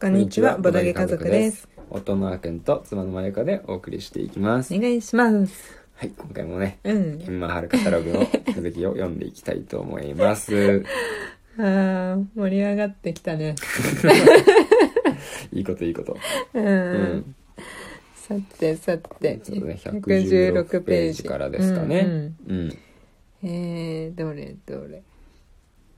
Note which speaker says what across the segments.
Speaker 1: こんにちは、ボドゲ家族です。。
Speaker 2: 夫のあくんと妻のまゆかでお送りしていきます。
Speaker 1: お願いします。
Speaker 2: はい、今回もね、
Speaker 1: うん。
Speaker 2: エンマハルカタロ グの続きを読んでいきたいと思います。
Speaker 1: あー、盛り上がってきたね。
Speaker 2: いいこといいこと。
Speaker 1: うん。
Speaker 2: うん。
Speaker 1: さてさて、
Speaker 2: そうだね、116ページからですか
Speaker 1: うん
Speaker 2: ね。うん。
Speaker 1: うんえー、どれどれ。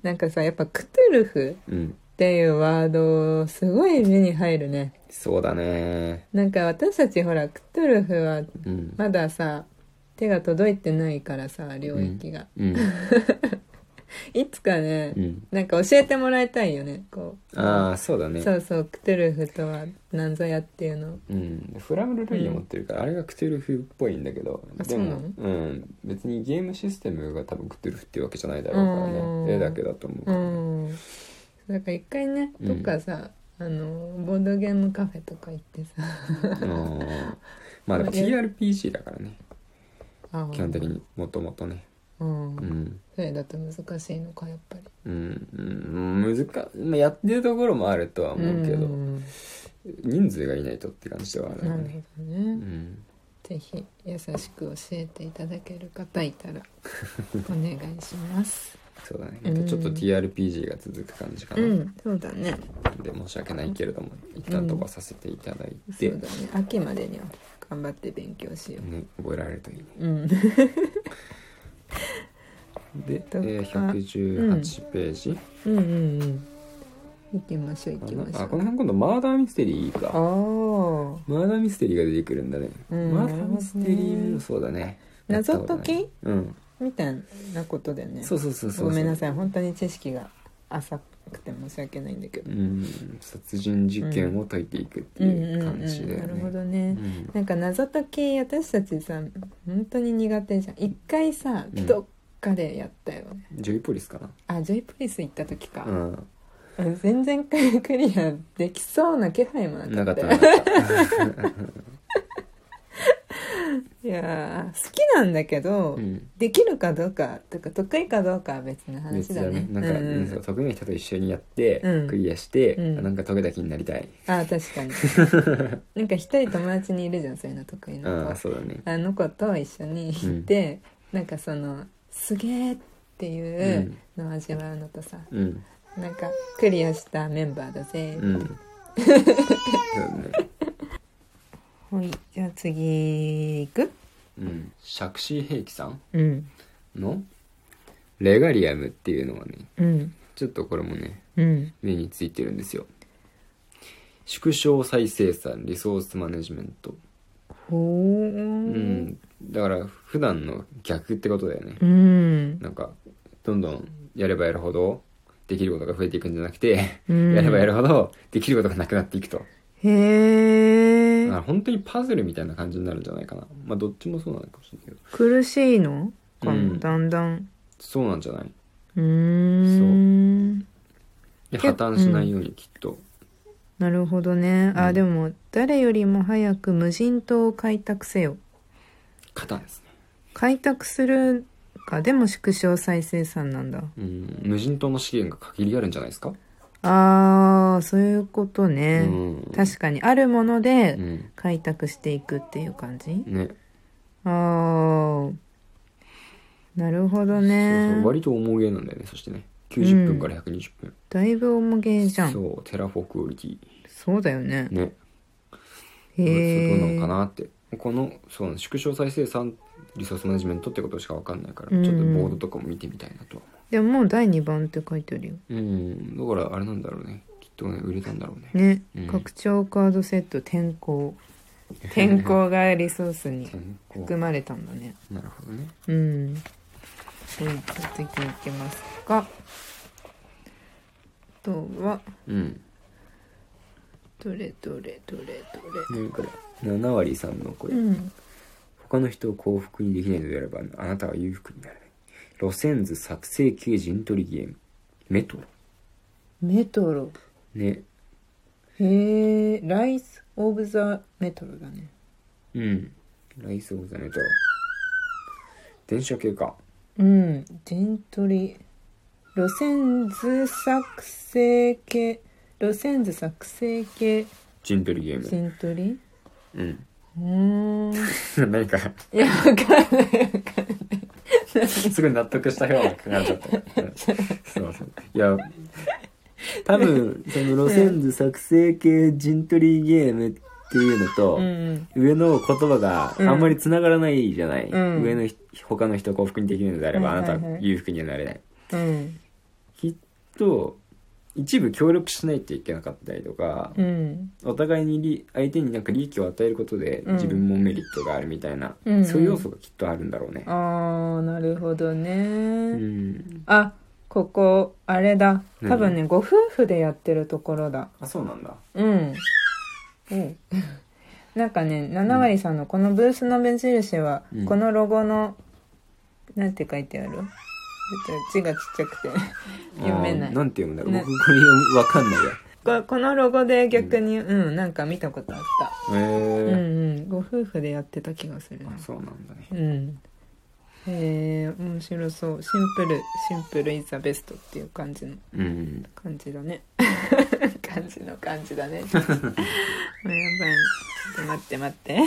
Speaker 1: なんかさ、やっぱクトゥルフ
Speaker 2: うん。
Speaker 1: っていうワード、すごい目に入るね。
Speaker 2: そうだね。
Speaker 1: なんか私たちほら、クトゥルフは
Speaker 2: うん。
Speaker 1: まださ、手が届いてないからさ、領域が。
Speaker 2: うん。
Speaker 1: いつかね、
Speaker 2: うん。
Speaker 1: なんか教えてもらいたいよね、こう。
Speaker 2: ああ、そうだね。
Speaker 1: そうそう、クトゥルフとは何ぞやっていうの。
Speaker 2: うん、フラムル・ルイを持ってるから、あれがクトゥルフっぽいんだけど
Speaker 1: あ
Speaker 2: でも、うん、別にゲームシステムが多分クトゥルフっていうわけじゃないだろうから
Speaker 1: うん
Speaker 2: ね絵だけだと思うか
Speaker 1: う
Speaker 2: らね、
Speaker 1: ん。なんか一回ね、
Speaker 2: うん
Speaker 1: どっかさ、あの、ボードゲームカフェとか行ってさ、
Speaker 2: うんまあでも
Speaker 1: これ
Speaker 2: TRPG だからね
Speaker 1: あ
Speaker 2: 基本的。にもともとね
Speaker 1: うん。
Speaker 2: うん、
Speaker 1: それだと難しいのか、やっぱり。
Speaker 2: うんうん、難まあやってるところもあるとは思うけど、
Speaker 1: ん
Speaker 2: 人数がいないとって感じではある
Speaker 1: な
Speaker 2: よ
Speaker 1: る
Speaker 2: ね、
Speaker 1: ほど
Speaker 2: う
Speaker 1: ね。
Speaker 2: ん、
Speaker 1: ぜひ、優しく教えていただける方い たら、お願いします。
Speaker 2: そうだねまたちょっと
Speaker 1: うん
Speaker 2: TRPG が続く感じか
Speaker 1: う
Speaker 2: な、
Speaker 1: ん、そうだね。
Speaker 2: で申し訳ないけれども一旦飛ばさせていただい
Speaker 1: そ
Speaker 2: て、
Speaker 1: うだね。秋までには頑張って勉強しよ
Speaker 2: ね、覚えられるといいね
Speaker 1: う。うん。
Speaker 2: で、え
Speaker 1: どっか
Speaker 2: ー、118ページ、
Speaker 1: うんうんうん行きましょう行きまし
Speaker 2: あ
Speaker 1: ょ
Speaker 2: こ
Speaker 1: う
Speaker 2: の辺今度マーダーミステリー
Speaker 1: ああ
Speaker 2: かマーダーミステリーが出てくるんだね、
Speaker 1: うん
Speaker 2: マーダーミステリーもそうだねやった
Speaker 1: 謎
Speaker 2: こと
Speaker 1: 解
Speaker 2: ない
Speaker 1: き
Speaker 2: うん
Speaker 1: みたいなことだよね
Speaker 2: そうそうそうそう
Speaker 1: ごめんなさ
Speaker 2: い
Speaker 1: い本当に知識が浅くて申し訳ないんだけど
Speaker 2: うん殺人事件を解いていくっていう感じだよ
Speaker 1: なるほ
Speaker 2: ね
Speaker 1: ど
Speaker 2: う
Speaker 1: ね
Speaker 2: ん
Speaker 1: なんか謎解き私たちさ本当に苦手じゃん一回さ
Speaker 2: うん
Speaker 1: どっかでやったよね
Speaker 2: ジョイポリスかな
Speaker 1: あジョイプリス行った時
Speaker 2: う
Speaker 1: か
Speaker 2: ん
Speaker 1: 全然クリアできそうな気配も
Speaker 2: な
Speaker 1: な
Speaker 2: か
Speaker 1: かっ
Speaker 2: っ
Speaker 1: たた
Speaker 2: なかった
Speaker 1: いやー好きなんだけど
Speaker 2: うん
Speaker 1: できるかどうかとか得意かどうかは別の話
Speaker 2: 別
Speaker 1: だ
Speaker 2: だね
Speaker 1: ね
Speaker 2: なんか、
Speaker 1: う
Speaker 2: うんそう得意な人と一緒にやって、
Speaker 1: うん
Speaker 2: クリアして、
Speaker 1: うん
Speaker 2: あなんか解けた気になりたい、
Speaker 1: ああ確かに なんか一人友達にいるじゃんそういうの得意
Speaker 2: う、
Speaker 1: なん子
Speaker 2: そうだね
Speaker 1: あの子と一緒に行って、なんかそのすげーっていうのを味わうのとさ、
Speaker 2: うん
Speaker 1: なんかクリアしたメンバーだぜ、
Speaker 2: うん。そうだね。
Speaker 1: ほいじゃあ次行く
Speaker 2: うん。シャクシー兵器さん
Speaker 1: うん
Speaker 2: のレガリアムっていうのはね、
Speaker 1: うん
Speaker 2: ちょっとこれもね、
Speaker 1: うん
Speaker 2: 目についてるんですよ。縮小再生産、リソースマネジメント。
Speaker 1: ほ
Speaker 2: う
Speaker 1: ー
Speaker 2: ん。だから、普段の逆ってことだよね
Speaker 1: う。ん
Speaker 2: なんか、どんどんやればやるほど、できることが増えていくんじゃなくて、
Speaker 1: うん
Speaker 2: やればやるほど、できることがなくなっていくと。
Speaker 1: へ
Speaker 2: だ
Speaker 1: え
Speaker 2: から本当にパズルみたいな感じになるんじゃないかな。まあ、どっちもそうなのかもしれないけど。
Speaker 1: 苦しいのかも、
Speaker 2: うん
Speaker 1: だんだん
Speaker 2: そうなんじゃないう
Speaker 1: ーん
Speaker 2: で破
Speaker 1: 結
Speaker 2: 綻しないようにきっと、
Speaker 1: なるほどねあ、
Speaker 2: うん
Speaker 1: でも誰よりも早く無人島を開拓せよ
Speaker 2: 型ですね、
Speaker 1: 開拓するかでも縮小再生産なんだ
Speaker 2: うん、無人島の資源が限りあるんじゃないですか、
Speaker 1: あーそういうこと
Speaker 2: う
Speaker 1: ね、
Speaker 2: ん、
Speaker 1: 確かにあるもので
Speaker 2: うん
Speaker 1: 開拓していくっていう感じ、
Speaker 2: ね
Speaker 1: あーなるほどね
Speaker 2: そうそう割と重げなんだよねそしてね90分から120分、
Speaker 1: だいぶ重げじゃんそ
Speaker 2: そううテラフォクオリティ
Speaker 1: だよね
Speaker 2: ね
Speaker 1: へえ
Speaker 2: そうどうなのかなってこのそうなん縮小再生産リソースマネジメントってことしか分かんないから、
Speaker 1: うん
Speaker 2: ちょっとボードとかも見てみたいなとは
Speaker 1: でももう第2番って書いてあるよ
Speaker 2: 思ううんだからあれなんだろうねきっとね売れたんだろうね
Speaker 1: ね、
Speaker 2: うん
Speaker 1: 拡張カードセット転 校転校がリソースに
Speaker 2: 健康
Speaker 1: 含まれたんだね
Speaker 2: なるほどね
Speaker 1: うんじゃあ次行きますかあとは
Speaker 2: うん
Speaker 1: どれどれどれどれ
Speaker 2: ねこれ7割さんのこれ、
Speaker 1: うん
Speaker 2: 他の人を幸福にできないのであればあなたは裕福になれない路線図作成系陣取りゲームメトロ
Speaker 1: メトロ
Speaker 2: ね
Speaker 1: へえライス・オブ・ザ・メトロだね
Speaker 2: うんライスオブザメトロ電車系か
Speaker 1: うん陣取り路線図作成系路路線図作成系
Speaker 2: 陣取りゲーム
Speaker 1: 陣取り
Speaker 2: うん
Speaker 1: うー ん
Speaker 2: 何か
Speaker 1: いやわかんないわかんない
Speaker 2: すごい納得したような感じだった。うんすいません。いや、多分、その路線図作成系陣取りゲームっていうのと、
Speaker 1: うん
Speaker 2: 上の言葉があんまり繋がらないじゃない。
Speaker 1: うん
Speaker 2: 上のひ他の人を幸福にできるのであれば、
Speaker 1: はいはいはい
Speaker 2: あなたは裕福にはなれない。
Speaker 1: うん
Speaker 2: きっと、一部協力しないといけなかったりとか、
Speaker 1: うん
Speaker 2: お互いに利相手になんか利益を与えることで
Speaker 1: うん
Speaker 2: 自分もメリットがあるみたいな、
Speaker 1: うんうん
Speaker 2: そういう要素がきっとあるんだろうね。
Speaker 1: ああなるほどね、
Speaker 2: うん。
Speaker 1: あここあれだ
Speaker 2: 何
Speaker 1: 多分ねご夫婦でやってるところだ
Speaker 2: あ、そうなんだ。
Speaker 1: うんうん なんかね七割さんのこのブースの目印は、
Speaker 2: うん
Speaker 1: このロゴのなんて書いてあるちょっと字がちっちゃ くて読めな
Speaker 2: あ
Speaker 1: い
Speaker 2: ーなんて読むんだろう、
Speaker 1: ね
Speaker 2: 僕これ読むわかんないや
Speaker 1: ここのロゴで逆にうん、なんか見たことあったう
Speaker 2: へ
Speaker 1: ん
Speaker 2: え
Speaker 1: うんご夫婦でやってた気がするな
Speaker 2: あそうなんだね
Speaker 1: うんへえ面白そうシンプルシンプルイズザベストっていう感じの
Speaker 2: うん
Speaker 1: 感じだね 感じの感じだ ねもうやばいちょっと待って待って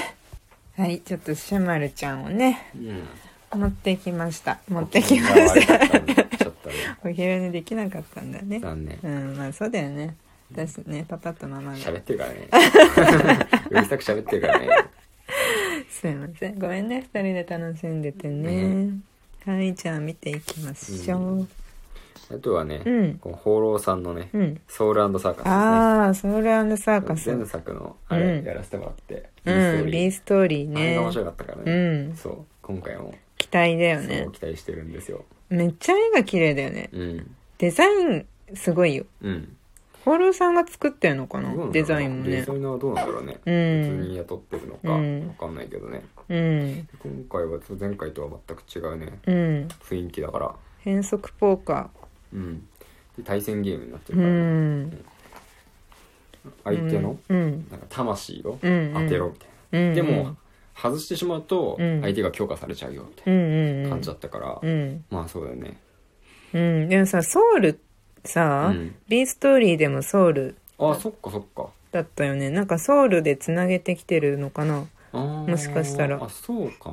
Speaker 1: はいちょっとシャマルちゃんをね
Speaker 2: うん
Speaker 1: 持ってきました持ってきました
Speaker 2: ちょっとね
Speaker 1: お昼寝できなかったんだね
Speaker 2: 残念
Speaker 1: うんまあそうだよね私ねパパとママが
Speaker 2: 喋ってるから ねうるさく喋ってるからね
Speaker 1: すいませんごめんね二人で楽しんでてね
Speaker 2: ね
Speaker 1: かみちゃん見ていきましょう
Speaker 2: あとはね、
Speaker 1: うん
Speaker 2: この放浪さんのね、
Speaker 1: うん
Speaker 2: ソウルサーカスですね
Speaker 1: ああソウルサーカス
Speaker 2: 前
Speaker 1: う
Speaker 2: 作のあれ
Speaker 1: うん
Speaker 2: やらせてもらって、
Speaker 1: んビー
Speaker 2: ス
Speaker 1: ストーリー
Speaker 2: トあれ
Speaker 1: ね
Speaker 2: が面白かったからね、
Speaker 1: うん
Speaker 2: そう今回も
Speaker 1: 期待だよ
Speaker 2: そ
Speaker 1: ね
Speaker 2: う期待してるんですよ
Speaker 1: めっちゃ絵が綺麗だよね
Speaker 2: うん
Speaker 1: デザインすごいよ
Speaker 2: うん
Speaker 1: ホルさんが作ってるのか
Speaker 2: どう
Speaker 1: な
Speaker 2: なんだろう
Speaker 1: デザインも
Speaker 2: デ
Speaker 1: ね
Speaker 2: ザイナーはどうなんだろうね、
Speaker 1: う
Speaker 2: 普通
Speaker 1: ん
Speaker 2: に雇ってるのか、
Speaker 1: うん
Speaker 2: わかんないけどね
Speaker 1: うん
Speaker 2: 今回はちょっと前回とは全く違うね
Speaker 1: うん
Speaker 2: 雰囲気だから
Speaker 1: 変則ポーカ
Speaker 2: うんで対戦ゲームになって
Speaker 1: ー
Speaker 2: る
Speaker 1: う
Speaker 2: から、
Speaker 1: ん
Speaker 2: 相手の
Speaker 1: うん
Speaker 2: なんか魂を
Speaker 1: うんうん
Speaker 2: 当てろみたい
Speaker 1: うんうん
Speaker 2: な、でも外してしまうと
Speaker 1: うん
Speaker 2: 相手が強化されちゃうよみた
Speaker 1: う
Speaker 2: い
Speaker 1: んうんう
Speaker 2: なん感じだったから、
Speaker 1: うん
Speaker 2: まあそうだよね
Speaker 1: うんでもさソウルさ
Speaker 2: うん
Speaker 1: ビーストーリーでもソウル
Speaker 2: あそっかそっか
Speaker 1: だったよねなんかソウルでつなげてきてるのかな
Speaker 2: あー
Speaker 1: もしかしたら
Speaker 2: あそうか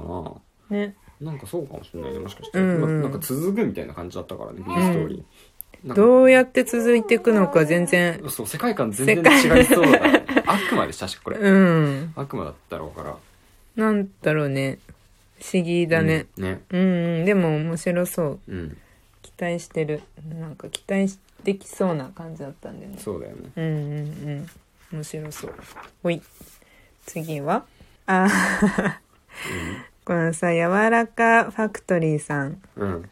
Speaker 2: な
Speaker 1: ね
Speaker 2: なんかそうかもしれないねもしかして、
Speaker 1: うんうん
Speaker 2: まあなんか続くみたいな感じだったからねビーストーリー、なんか
Speaker 1: どうやって続いていくのか全然
Speaker 2: そう世界観全然違いそうだから、ね、悪魔でしたしこれ、
Speaker 1: うん
Speaker 2: 悪魔だったろうから
Speaker 1: なんだろうね不思議だね、
Speaker 2: うんね
Speaker 1: うん、うん、でも面白そう
Speaker 2: うん
Speaker 1: 期待してるなんか期待しできそうな感じだったんだよね
Speaker 2: そうだよね
Speaker 1: うんうんうん面白そうほい次はあーこのさ柔らかファクトリーさん
Speaker 2: うん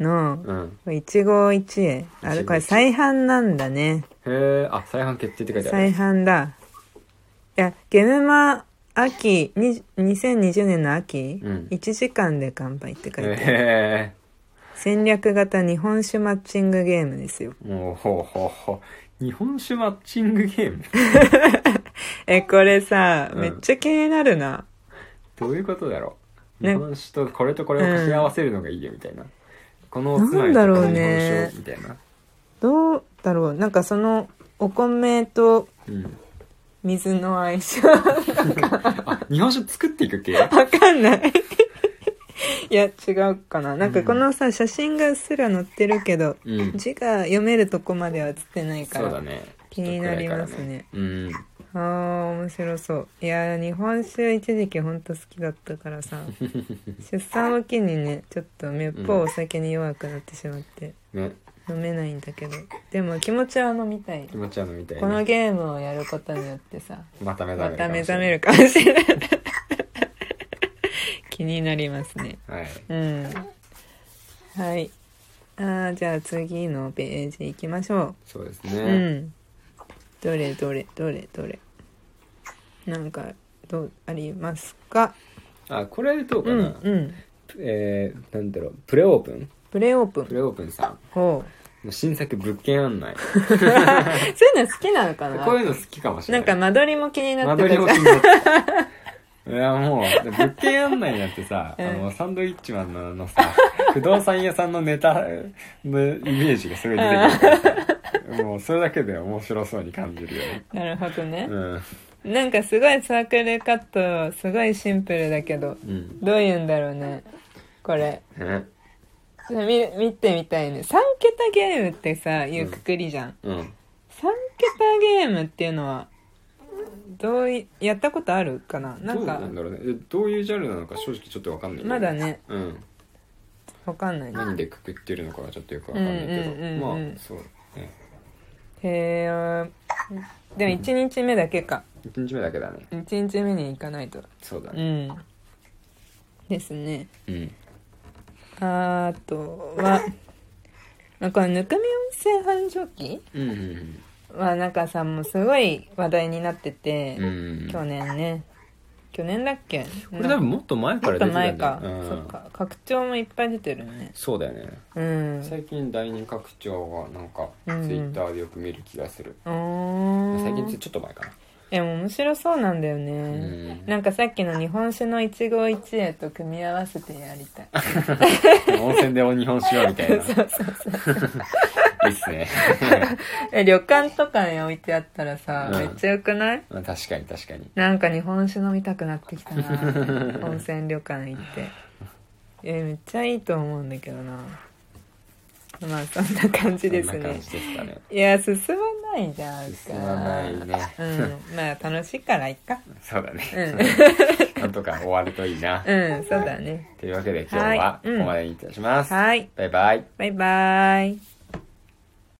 Speaker 1: の
Speaker 2: うん
Speaker 1: これ一期一会あれこれ再販なんだね
Speaker 2: へえあ再販決定って書いてあ
Speaker 1: 再
Speaker 2: る
Speaker 1: 販だいやゲムマ秋に2020年の秋、
Speaker 2: うん
Speaker 1: 1時間で完売って書いてある、
Speaker 2: へ
Speaker 1: 戦略型日本酒マッチングゲームですよ
Speaker 2: えもうほうほうほう日本酒マッチングゲーム
Speaker 1: えこれさ、
Speaker 2: うん
Speaker 1: めっちゃ気になるな
Speaker 2: どういうことだろう
Speaker 1: ね
Speaker 2: 日本酒とこれとこれを掛け合わせるのがいいよみたいな、このおつま
Speaker 1: なん
Speaker 2: みと
Speaker 1: だ
Speaker 2: こ
Speaker 1: ろう
Speaker 2: の日本
Speaker 1: ね
Speaker 2: 酒をみたいな
Speaker 1: どうだろうなんかそのお米と
Speaker 2: うん
Speaker 1: 水の相性
Speaker 2: あ日本酒作っていく系
Speaker 1: わかんない いや違うかななんかこのさ写真がうっすら載ってるけど
Speaker 2: うん
Speaker 1: 字が読めるとこまでは写ってないか
Speaker 2: そうだ
Speaker 1: ら、
Speaker 2: ね
Speaker 1: 気になりますね
Speaker 2: ちょっと暗いか
Speaker 1: あ
Speaker 2: らうん
Speaker 1: あ面白そういやー日本酒一時期ほんと好きだったから さ出産を機にねちょっとめっぽうお酒に弱くなってしまって、
Speaker 2: ね
Speaker 1: 飲めないんだけどでも気持ちは飲みたい
Speaker 2: 気持ち悪いみたい
Speaker 1: この
Speaker 2: な
Speaker 1: ゲームをやることによってさ
Speaker 2: また目覚
Speaker 1: ま
Speaker 2: める
Speaker 1: た
Speaker 2: か
Speaker 1: 目
Speaker 2: もしれ
Speaker 1: 覚めるかもしれ
Speaker 2: ない
Speaker 1: ない 気になりますね
Speaker 2: はい
Speaker 1: うんはいあーじゃあ次のページ行きましょ
Speaker 2: そうです
Speaker 1: う、
Speaker 2: ね、
Speaker 1: うんどれどれどれどれなんかどうありますか
Speaker 2: あこれどうか
Speaker 1: う
Speaker 2: な、
Speaker 1: んうん
Speaker 2: えー、なんだろうプレオープン
Speaker 1: プレオープ
Speaker 2: プ
Speaker 1: ン
Speaker 2: レオープンさ
Speaker 1: ほうん
Speaker 2: の新作物件案内
Speaker 1: そういうの好きなのかな
Speaker 2: こういうの好きかもし
Speaker 1: な
Speaker 2: れ
Speaker 1: ん
Speaker 2: な
Speaker 1: か
Speaker 2: い
Speaker 1: 間取りも気にな
Speaker 2: 間
Speaker 1: って
Speaker 2: 取
Speaker 1: た
Speaker 2: り
Speaker 1: じゃん
Speaker 2: も気になっいやもう物件案内になってさ、
Speaker 1: うん
Speaker 2: あのサンドイッチマンのあのさ 不動産屋さんのネタのイメージがすごい出てくるから さもうそれだけで面白そうに感じるよね
Speaker 1: なるほどね
Speaker 2: う、ん
Speaker 1: なんかすごいサークルカットすごいシンプルだけど
Speaker 2: うん
Speaker 1: どういうんだろうねこれ
Speaker 2: ね
Speaker 1: 見見てみたいね3桁ゲームってさいうくくりじゃん、
Speaker 2: うん
Speaker 1: 3桁ゲームっていうのはどういやったことあるかななんか
Speaker 2: どうなんだろうねえどういうジャンルなのか正直ちょっとわかんないけど
Speaker 1: まだね
Speaker 2: うん
Speaker 1: わかんないね
Speaker 2: 何でくくってるのかはちょっとよくわかんないけど、
Speaker 1: うんうんうんうん
Speaker 2: まあそうね
Speaker 1: へえでも1日目だけか
Speaker 2: 1日目だけだね
Speaker 1: 1日目に行かないと
Speaker 2: そうだ
Speaker 1: う
Speaker 2: ね
Speaker 1: んですね
Speaker 2: うん
Speaker 1: あとは なんかぬくみ温泉繁盛期
Speaker 2: うんうん
Speaker 1: はなんかさもうすごい話題になってて、
Speaker 2: うんうん
Speaker 1: 去年ね去年だっけ
Speaker 2: これ多分もっと前
Speaker 1: ち
Speaker 2: か
Speaker 1: ょっと
Speaker 2: ら出てた
Speaker 1: 前
Speaker 2: んだ
Speaker 1: か、
Speaker 2: よ
Speaker 1: そっか拡張もいっぱい出てるね
Speaker 2: そうだよね
Speaker 1: うん
Speaker 2: 最近第二拡張はなんかツ
Speaker 1: う
Speaker 2: イ
Speaker 1: ん
Speaker 2: ッターでよく見る気がする、
Speaker 1: うーん
Speaker 2: 最近ってちょっと前かな
Speaker 1: でも面白そうなんだよね、
Speaker 2: ん
Speaker 1: なんかさっきの日本酒の一期一会と組み合わせてやり たい
Speaker 2: 温泉でお日本しようみたいない
Speaker 1: そうそうそう
Speaker 2: いっすね
Speaker 1: え旅館とかに置いてあったらさ、
Speaker 2: うん
Speaker 1: めっちゃよくない
Speaker 2: まあ確かに確かに
Speaker 1: なんか日本酒飲みたくなってきた な温泉旅館行ってえめっちゃいいと思うんだけどなまあそんな感じです
Speaker 2: そんな
Speaker 1: ね
Speaker 2: 感じですかね
Speaker 1: いや進まないじゃんか
Speaker 2: 進まないね
Speaker 1: うんまあ楽しいからいっか
Speaker 2: そうだ ね、
Speaker 1: う
Speaker 2: なんとか終わるといいな、
Speaker 1: ん、うん、そうだね
Speaker 2: というわけで今日はここまでにいたします、
Speaker 1: はい
Speaker 2: バイバイ
Speaker 1: バイバイ